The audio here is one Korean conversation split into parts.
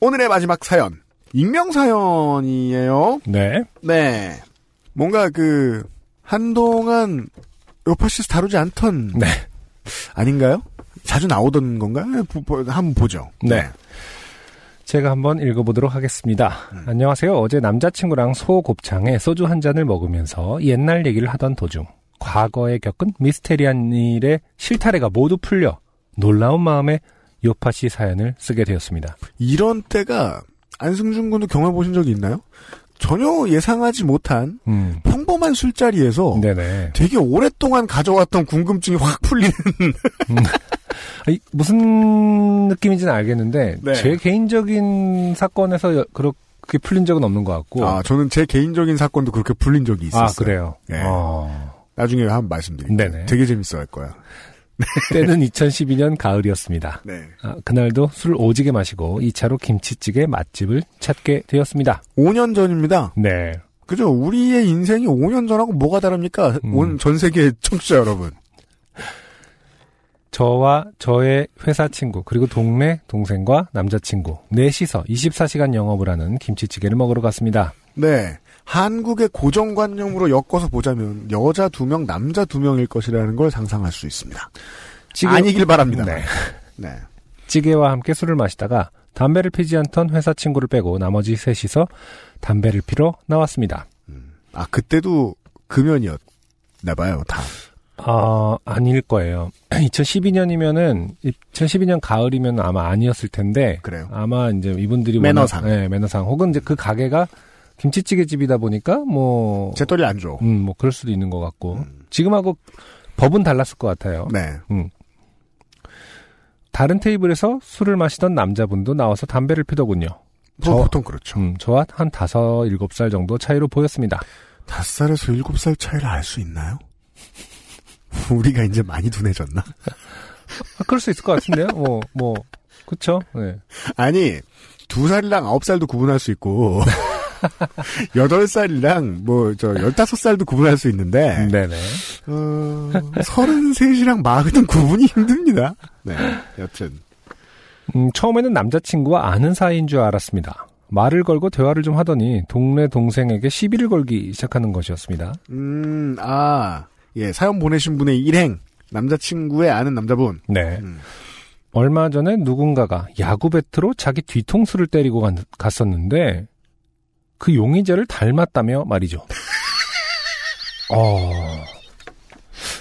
오늘의 마지막 사연. 익명 사연이에요. 네. 네. 뭔가 그, 한동안, 요파시스 다루지 않던. 네. 아닌가요? 자주 나오던 건가요? 보- 보- 한번 보죠. 네. 제가 한번 읽어보도록 하겠습니다. 음. 안녕하세요. 어제 남자친구랑 소곱창에 소주 한 잔을 먹으면서 옛날 얘기를 하던 도중, 과거에 겪은 미스테리한 일의 실타래가 모두 풀려 놀라운 마음에 요파 씨 사연을 쓰게 되었습니다. 이런 때가, 안승준 군도 경험해보신 적이 있나요? 전혀 예상하지 못한 음. 평범한 술자리에서 네네. 되게 오랫동안 가져왔던 궁금증이 확 풀리는. 아니, 무슨 느낌인지는 알겠는데, 네. 제 개인적인 사건에서 여- 그렇게 풀린 적은 없는 것 같고. 아, 저는 제 개인적인 사건도 그렇게 풀린 적이 있었어요. 아, 그래요? 네. 어. 나중에 한번 말씀드릴게요. 네네. 되게 재밌어 할 거야. 때는 2012년 가을이었습니다. 네. 아, 그날도 술을 오지게 마시고 2차로 김치찌개 맛집을 찾게 되었습니다. 5년 전입니다. 네. 그죠? 우리의 인생이 5년 전하고 뭐가 다릅니까? 음. 온 전 세계 청취자 여러분. 저와 저의 회사 친구, 그리고 동네 동생과 남자친구, 넷이서 24시간 영업을 하는 김치찌개를 먹으러 갔습니다. 네. 한국의 고정관념으로 엮어서 보자면 여자 두 명, 남자 두 명일 것이라는 걸 상상할 수 있습니다. 아니길 바랍니다. 네. 네. 찌개와 함께 술을 마시다가 담배를 피지 않던 회사 친구를 빼고 나머지 셋이서 담배를 피러 나왔습니다. 아 그때도 금연이었나 봐요. 다. 아, 아닐 거예요. 2012년이면은 2012년 가을이면 아마 아니었을 텐데 그래요. 아마 이제 이분들이 매너상. 워낙- 네, 매너상 혹은 이제 그 가게가 김치찌개 집이다 보니까 뭐 제 떨이 안 줘. 음, 뭐 그럴 수도 있는 것 같고 지금하고 법은 달랐을 것 같아요. 네. 다른 테이블에서 술을 마시던 남자분도 나와서 담배를 피더군요. 뭐 저- 보통 그렇죠. 음, 저와 한 다섯 일곱 살 정도 차이로 보였습니다. 아, 다섯 살에서 일곱 살 차이를 알 수 있나요? 우리가 이제 많이 둔해졌나? 아, 그럴 수 있을 것 같은데요. 뭐 뭐 그렇죠. 네. 아니 두 살이랑 아홉 살도 구분할 수 있고 여덟 살이랑 뭐 저 열다섯 살도 구분할 수 있는데 네네. 어, 서른셋이랑 마흔은 구분이 힘듭니다. 네, 여튼 음, 처음에는 남자친구와 아는 사이인 줄 알았습니다. 말을 걸고 대화를 좀 하더니 동네 동생에게 시비를 걸기 시작하는 것이었습니다. 음, 음아예 사연 보내신 분의 일행 남자친구의 아는 남자분 네. 음. 얼마 전에 누군가가 야구 배트로 자기 뒤통수를 때리고 간- 갔었는데 그 용의자를 닮았다며 말이죠. 어,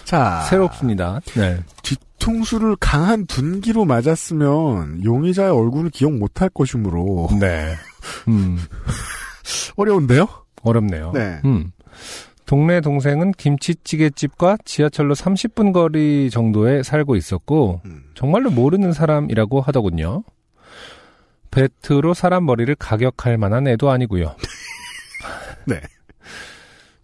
자 새롭습니다. 네. 뒤통수를 강한 둔기로 맞았으면 용의자의 얼굴을 기억 못할 것이므로 네. 음, 어려운데요? 어렵네요. 네. 음. 동네 동생은 김치찌개집과 지하철로 30분 거리 정도에 살고 있었고 음. 정말로 모르는 사람이라고 하더군요. 배트로 사람 머리를 가격할 만한 애도 아니고요. 네.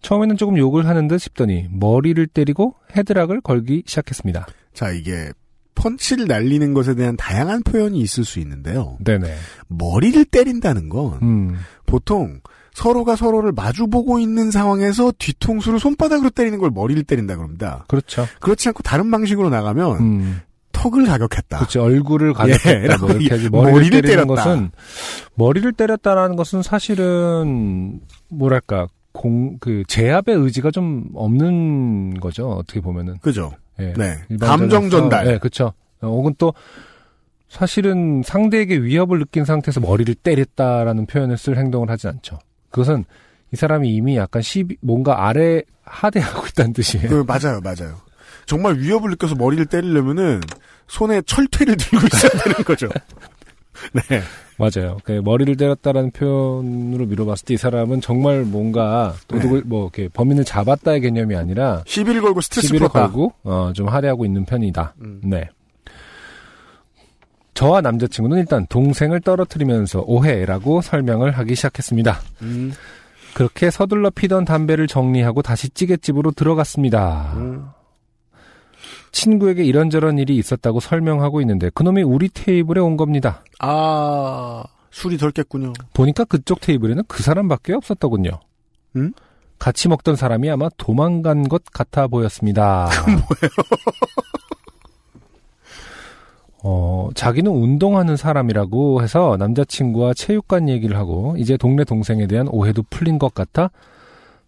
처음에는 조금 욕을 하는 듯 싶더니 머리를 때리고 헤드락을 걸기 시작했습니다. 자 이게 펀치를 날리는 것에 대한 다양한 표현이 있을 수 있는데요. 네네. 머리를 때린다는 건 음. 보통 서로가 서로를 마주보고 있는 상황에서 뒤통수를 손바닥으로 때리는 걸 머리를 때린다 그럽니다. 그렇죠. 그렇지 않고 다른 방식으로 나가면 음. 턱을 가격했다. 그렇죠. 얼굴을 가격했다. 예, 뭐 이렇게 머리를 하지. 머리를, 때리는 때렸다. 것은 머리를 때렸다라는 것은 사실은 뭐랄까 공 그 제압의 의지가 좀 없는 거죠. 어떻게 보면은. 그죠? 예. 네. 일반적으로 감정 전달. 네, 그렇죠. 어, 혹은 또 사실은 상대에게 위협을 느낀 상태에서 머리를 때렸다라는 표현을 쓸 행동을 하진 않죠. 그것은 이 사람이 이미 약간 시비, 뭔가 아래 하대하고 있다는 뜻이에요. 그 맞아요, 맞아요. 정말 위협을 느껴서 머리를 때리려면은 손에 철퇴를 들고 있어야 되는 거죠. 네. 맞아요. 그 머리를 때렸다라는 표현으로 미뤄봤을 때 이 사람은 정말 뭔가 도둑을 뭐 이렇게 범인을 잡았다의 개념이 아니라 시비를 걸고 스트레스 음. 시비를 풀었다. 걸고 어, 좀 하대하고 있는 편이다. 음. 네. 저와 남자친구는 일단 동생을 떨어뜨리면서 오해라고 설명을 하기 시작했습니다. 음. 그렇게 서둘러 피던 담배를 정리하고 다시 찌개집으로 들어갔습니다. 음. 친구에게 이런저런 일이 있었다고 설명하고 있는데 그놈이 우리 테이블에 온 겁니다. 아, 술이 덜 깼군요. 보니까 그쪽 테이블에는 그 사람밖에 없었더군요. 음? 같이 먹던 사람이 아마 도망간 것 같아 보였습니다. 어, 자기는 운동하는 사람이라고 해서 남자친구와 체육관 얘기를 하고 이제 동네 동생에 대한 오해도 풀린 것 같아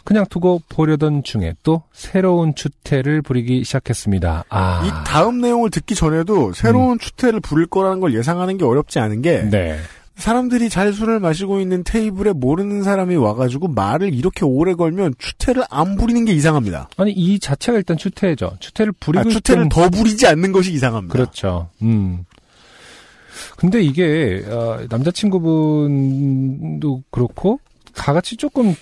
그냥 두고 보려던 중에 또 새로운 추태를 부리기 시작했습니다. 아, 이 다음 내용을 듣기 전에도 새로운 추태를 부릴 거라는 걸 예상하는 게 어렵지 않은 게 음. 네. 사람들이 잘 술을 마시고 있는 테이블에 모르는 사람이 와가지고 말을 이렇게 오래 걸면 추태를 안 부리는 게 이상합니다. 아니 이 자체가 일단 추태죠. 추태를 아, 부리고 추태를 싶은 더 부리지 않는 것이 이상합니다. 그렇죠. 음. 근데 이게 어, 남자친구분도 그렇고 다 같이 조금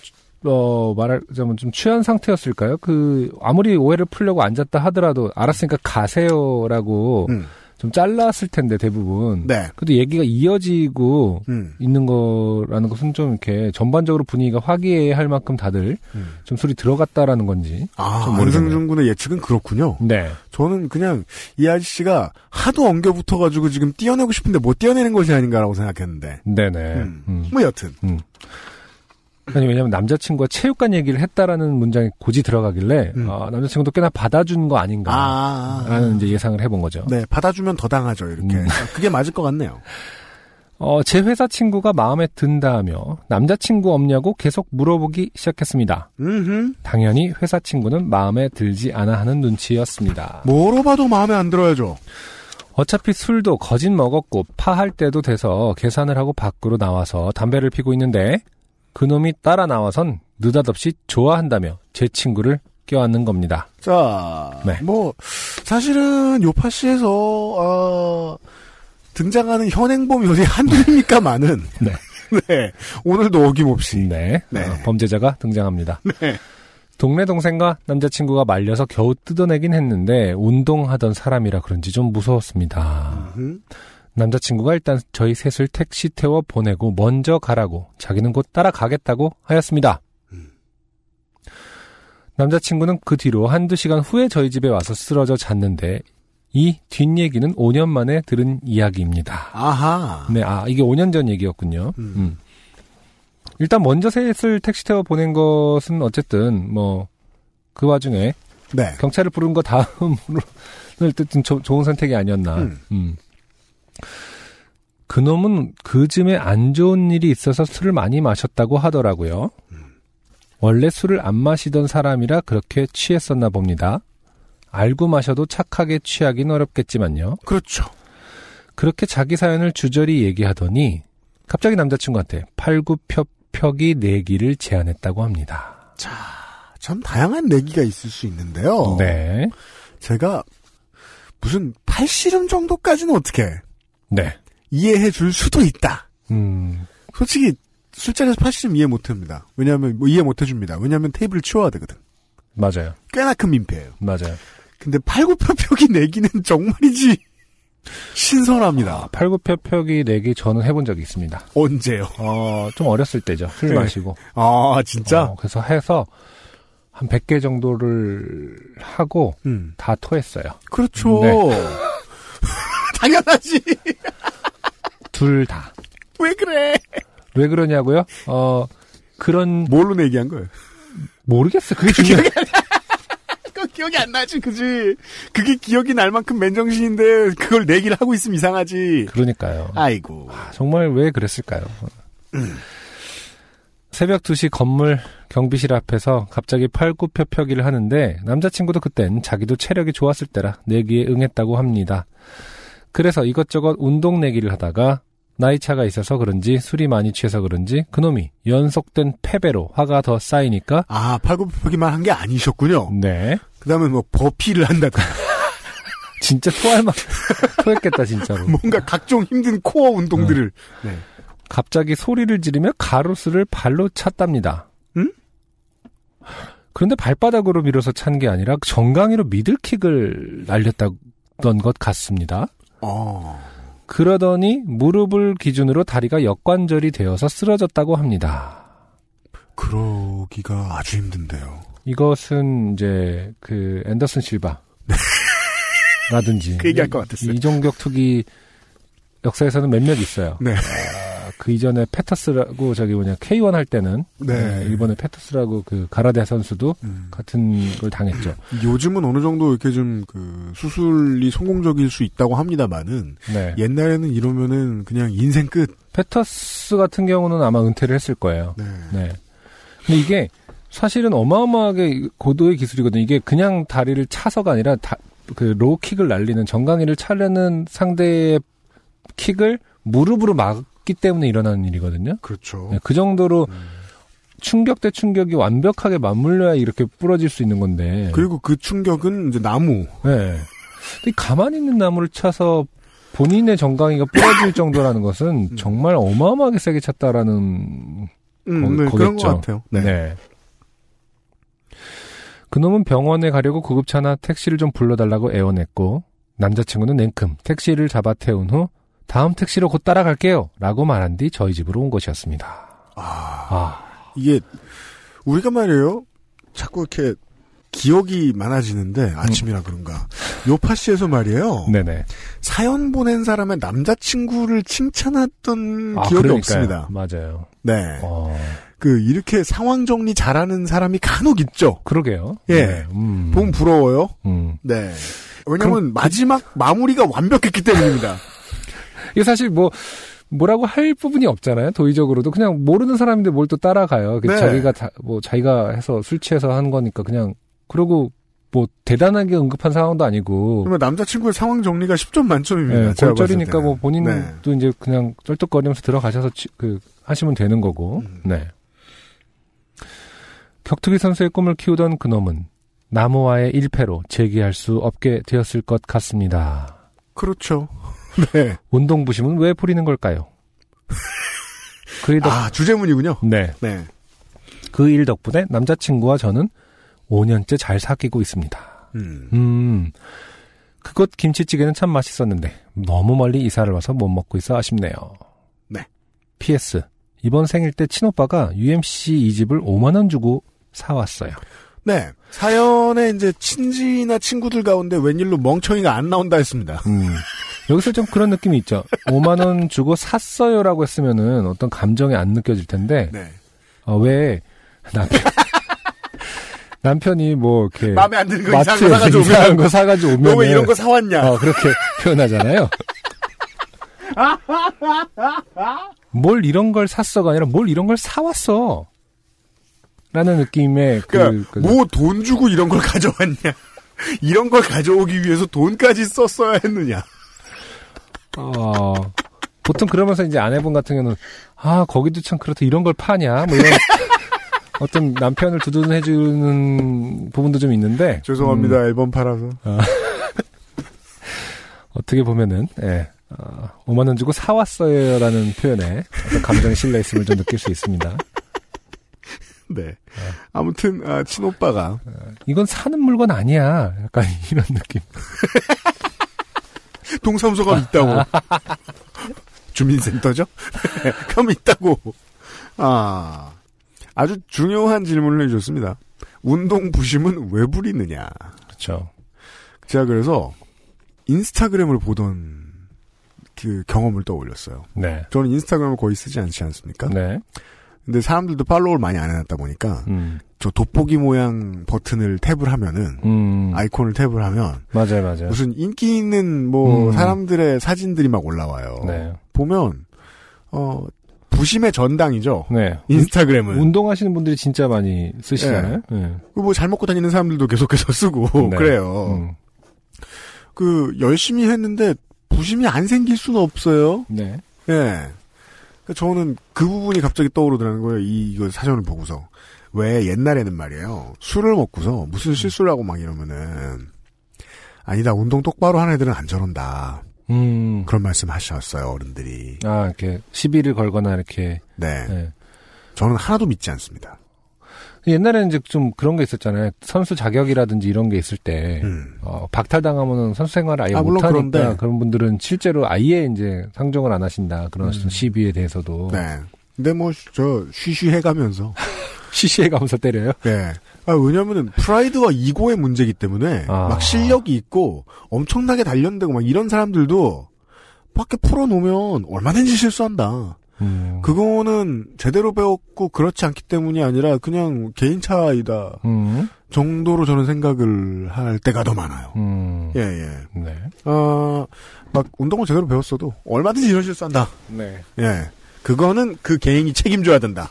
어 말하자면 좀 취한 상태였을까요? 그 아무리 오해를 풀려고 앉았다 하더라도 알았으니까 가세요라고 음. 좀 잘랐을 텐데 대부분. 네. 그래도 얘기가 이어지고 음. 있는 거라는 것은 좀 이렇게 전반적으로 분위기가 화기애애할 만큼 다들 음. 좀 술이 들어갔다라는 건지. 아, 좀 모르겠네요. 안승준 군의 예측은 그렇군요. 네. 저는 그냥 이 아저씨가 하도 엉겨 붙어가지고 지금 띄어내고 싶은데 못 띄어내는 것이 아닌가라고 생각했는데. 네네. 음. 음. 뭐 여튼. 아니 왜냐면 남자친구가 체육관 얘기를 했다라는 문장이 굳이 들어가길래 음. 아, 남자친구도 꽤나 받아준 거 아닌가라는 아. 이제 예상을 해본 거죠. 네, 받아주면 더 당하죠, 이렇게. 음. 그게 맞을 것 같네요. 어, 제 회사 친구가 마음에 든다며 남자친구 없냐고 계속 물어보기 시작했습니다. 음 당연히 회사 친구는 마음에 들지 않아 하는 눈치였습니다. 뭐로 봐도 마음에 안 들어야죠. 어차피 술도 거짓 먹었고 파할 때도 돼서 계산을 하고 밖으로 나와서 담배를 피고 있는데 그놈이 따라 나와선 느닷없이 좋아한다며 제 친구를 껴안는 겁니다. 자, 네. 뭐, 사실은 요파 씨에서, 어, 등장하는 현행범 요리 한둘입니까, 많은. 네. 네. 오늘도 어김없이. 네. 네. 어, 범죄자가 등장합니다. 동네 동생과 남자친구가 말려서 겨우 뜯어내긴 했는데 운동하던 사람이라 그런지 좀 무서웠습니다. 음, 남자친구가 일단 저희 셋을 택시 태워 보내고 먼저 가라고 자기는 곧 따라가겠다고 하였습니다. 남자친구는 그 뒤로 한두 시간 후에 저희 집에 와서 쓰러져 잤는데 이 뒷얘기는 5년 만에 들은 이야기입니다. 아하. 네, 아, 이게 5년 전 얘기였군요. 음. 음. 일단 먼저 셋을 택시 태워 보낸 것은 어쨌든 뭐, 그 와중에 네. 경찰을 부른 거 다음으로, 어쨌든 조- 좋은 선택이 아니었나. 음. 음. 그놈은 그쯤에 안 좋은 일이 있어서 술을 많이 마셨다고 하더라고요. 음. 원래 술을 안 마시던 사람이라 그렇게 취했었나 봅니다. 알고 마셔도 착하게 취하긴 어렵겠지만요. 그렇죠. 그렇게 자기 사연을 주저리 얘기하더니 갑자기 남자친구한테 팔굽혀펴기 네 내기를 제안했다고 합니다. 참 다양한 내기가 있을 수 있는데요. 네. 제가 무슨 팔씨름 정도까지는 어떻게 네. 이해해 줄 수도 있다. 음, 솔직히 술자리에서 팔씨름 이해 못 합니다. 왜냐하면 뭐 이해 못 해줍니다. 왜냐하면 테이블을 치워야 되거든. 맞아요. 꽤나 큰 민폐예요. 맞아요. 근데 팔굽혀펴기 내기는 정말이지 신선합니다. 팔굽혀펴기 네 내기 저는 해본 적이 있습니다. 언제요? 어, 좀 어렸을 때죠. 술 네. 마시고. 아 진짜? 어, 그래서 해서 한 100개 정도를 하고 음 다 토했어요. 그렇죠. 네. 당연하지. 둘 다. 왜 그래? 왜 그러냐고요? 어, 그런, 뭘로 내기한 거예요? 모르겠어. 그게 중요해. 그거 기억이 안 나지, 그지? 그게 기억이 날 만큼 맨정신인데 그걸 내기를 하고 있으면 이상하지. 그러니까요. 아이고. 아, 정말 왜 그랬을까요? 새벽 2시 건물 경비실 앞에서 갑자기 팔굽혀펴기를 하는데 남자친구도 그땐 자기도 체력이 좋았을 때라 내기에 응했다고 합니다. 그래서 이것저것 운동 내기를 하다가 나이차가 있어서 그런지 술이 많이 취해서 그런지 그놈이 연속된 패배로 화가 더 쌓이니까 아, 팔굽혀펴기만 한 게 아니셨군요. 네 그 다음에 뭐, 버피를 한다든가, 진짜 토할 만 토했겠다 진짜로 뭔가 각종 힘든 코어 운동들을. 네. 갑자기 소리를 지르며 가로수를 발로 찼답니다. 응? 그런데 발바닥으로 밀어서 찬 게 아니라 정강이로 미들킥을 날렸다던 것 같습니다. 어. 그러더니 무릎을 기준으로 다리가 역관절이 되어서 쓰러졌다고 합니다. 그러기가 아주 힘든데요. 이것은 이제 그 앤더슨 실바 라든지 그 얘기할 것 같았어요. 이종격 투기 역사에서는 몇몇 있어요. 네. 아, 그 이전에 페터스라고 저기 뭐냐 K1 할 때는 네. 네, 일본의 페터스라고 그 가라데 선수도 음. 같은 걸 당했죠. 요즘은 어느 정도 이렇게 좀 그 수술이 성공적일 수 있다고 합니다만은 네. 옛날에는 이러면은 그냥 인생 끝. 페터스 같은 경우는 아마 은퇴를 했을 거예요. 네. 네. 근데 이게 사실은 어마어마하게 고도의 기술이거든요. 이게 그냥 다리를 차서가 아니라 다- 그 로우킥을 날리는 정강이를 차려는 상대의 킥을 무릎으로 막기 때문에 일어나는 일이거든요. 그렇죠. 네, 그 정도로 음. 충격 대 충격이 완벽하게 맞물려야 이렇게 부러질 수 있는 건데. 그리고 그 충격은 이제 나무. 네. 근데 가만히 있는 나무를 차서 본인의 정강이가 부러질 정도라는 것은 음. 정말 어마어마하게 세게 찼다라는 음, 거- 네, 그런 거겠죠. 것 같아요. 네. 네. 그놈은 병원에 가려고 구급차나 택시를 좀 불러달라고 애원했고 남자친구는 냉큼 택시를 잡아 태운 후 다음 택시로 곧 따라갈게요 라고 말한 뒤 저희 집으로 온 것이었습니다. 아, 아, 이게 우리가 말이에요. 자꾸 이렇게 기억이 많아지는데 아침이라 그런가. 요파시에서 말이에요. 네네. 사연 보낸 사람의 남자친구를 칭찬했던 아, 기억이 그러니까요. 없습니다. 맞아요. 네. 어, 그 이렇게 상황 정리 잘하는 사람이 간혹 있죠. 그러게요. 예. 음, 보면 부러워요. 음. 네. 그 왜냐면 마지막 마무리가 완벽했기 때문입니다. 이게 사실 뭐 뭐라고 할 부분이 없잖아요. 도의적으로도 그냥 모르는 사람인데 뭘 또 따라가요. 그 네. 자기가 다, 뭐 자기가 해서 술 취해서 한 거니까 그냥 그러고 뭐 대단하게 응급한 상황도 아니고 그러면 남자친구의 상황 정리가 10점 만점입니다. 예, 제가 봤을 골절이니까 때는. 뭐 본인도 네. 이제 그냥 쩔뚝거리면서 들어가셔서 치- 그 하시면 되는 거고. 음. 네. 격투기 선수의 꿈을 키우던 그놈은 나무와의 1패로 재기할 수 없게 되었을 것 같습니다. 그렇죠. 네. 운동 부심은 왜 부리는 걸까요? 그 일 덕, 아 주제문이군요. 네. 네. 그 일 덕분에 남자친구와 저는 5년째 잘 사귀고 있습니다. 음. 음. 그곳 김치찌개는 참 맛있었는데 너무 멀리 이사를 와서 못 먹고 있어 아쉽네요. 네. PS. 이번 생일 때 친오빠가 UMC 이 집을 5만 원 주고 사 왔어요. 네. 사연에 이제 친지나 친구들 가운데 웬일로 멍청이가 안 나온다 했습니다. 음. 여기서 좀 그런 느낌이 있죠. 5만 원 주고 샀어요라고 했으면은 어떤 감정이 안 느껴질 텐데 네. 어, 왜 남편 남편이 뭐 이렇게 마음에 안 드는 거그 이상한 거 마트에서 사가지고 이상한 오면 거 사가지고 오면 너 왜 이런 거 사왔냐? 어, 그렇게 표현하잖아요. 뭘 이런 걸 샀어가 아니라 뭘 이런 걸 사왔어. 라는 느낌의 그, 그러니까 그 뭐 돈 주고 이런 걸 가져왔냐? 이런 걸 가져오기 위해서 돈까지 썼어야 했느냐? 어, 보통 그러면서 이제 아내분 같은 경우는 아 거기도 참 그렇다 이런 걸 파냐 뭐 이런 어떤 남편을 두둔해주는 부분도 좀 있는데 죄송합니다. 앨범 음. 팔아서. 어떻게 보면은 예. 어, 5만 원 주고 사 왔어요라는 표현에 어떤 감정의 신뢰했음을 좀 느낄 수 있습니다. 네. 아무튼 아, 친오빠가 이건 사는 물건 아니야. 약간 이런 느낌. 동사무소가 있다고. 주민센터죠? 네, 가면 있다고. 아 아주 중요한 질문을 해주셨습니다. 운동 부심은 왜 부리느냐? 그렇죠. 제가 그래서 인스타그램을 보던 그 경험을 떠올렸어요. 네. 저는 인스타그램을 거의 쓰지 않지 않습니까? 네. 근데 사람들도 팔로우를 많이 안 해놨다 보니까 음. 저 돋보기 모양 버튼을 탭을 하면은 음. 아이콘을 탭을 하면 맞아요, 맞아요. 무슨 인기 있는 뭐 음. 사람들의 사진들이 막 올라와요. 네. 보면 어 부심의 전당이죠. 네. 인스타그램은 운동하시는 분들이 진짜 많이 쓰시잖아요. 예. 뭐잘 먹고 다니는 사람들도 계속해서 쓰고 네. 그래요. 음. 그 열심히 했는데 부심이 안 생길 수는 없어요. 네. 예. 그러니까 저는 그 부분이 갑자기 떠오르더라는 거예요. 이, 이거 사전을 보고서. 왜 옛날에는 말이에요. 술을 먹고서 무슨 실수를 하고 막 이러면은, 아니다, 운동 똑바로 하는 애들은 안 저런다. 음. 그런 말씀 하셨어요, 어른들이. 아, 이렇게 시비를 걸거나 이렇게 네. 예. 저는 하나도 믿지 않습니다. 옛날에는 이제 좀 그런 게 있었잖아요. 선수 자격이라든지 이런 게 있을 때 음. 어, 박탈당하면은 선수 생활을 아예 아, 물론 못하니까 그런데. 그런 분들은 실제로 아예 이제 상정을 안 하신다 그런 어떤 시비에 대해서도 음. 네. 근데 뭐 저 쉬쉬해가면서 시시해 가면서 때려요. 네. 아, 왜냐면은 프라이드와 이고의 문제이기 때문에 아. 막 실력이 있고 엄청나게 단련되고 막 이런 사람들도 밖에 풀어놓으면 얼마든지 실수한다. 음. 그거는 제대로 배웠고 그렇지 않기 때문이 아니라 그냥 개인차이다 음. 정도로 저는 생각을 할 때가 더 많아요. 음. 예, 예. 네. 아, 막 운동을 제대로 배웠어도 얼마든지 이런 실수한다. 네. 예. 그거는 그 개인이 책임져야 된다.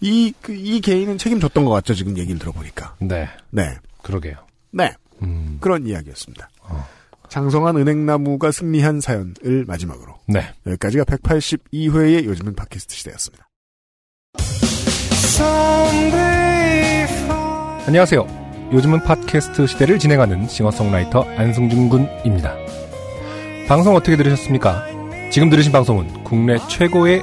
이, 그, 이 개인은 책임졌던 것 같죠, 지금 얘기를 들어보니까. 네. 네. 그러게요. 네. 음. 그런 이야기였습니다. 어. 장성한 은행나무가 승리한 사연을 마지막으로. 네. 여기까지가 182회의 요즘은 팟캐스트 시대였습니다. 안녕하세요. 요즘은 팟캐스트 시대를 진행하는 싱어송라이터 안승준 군입니다. 방송 어떻게 들으셨습니까? 지금 들으신 방송은 국내 최고의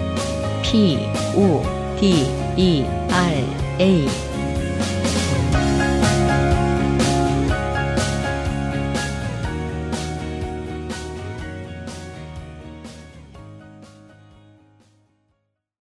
P, O, D, E, R, A.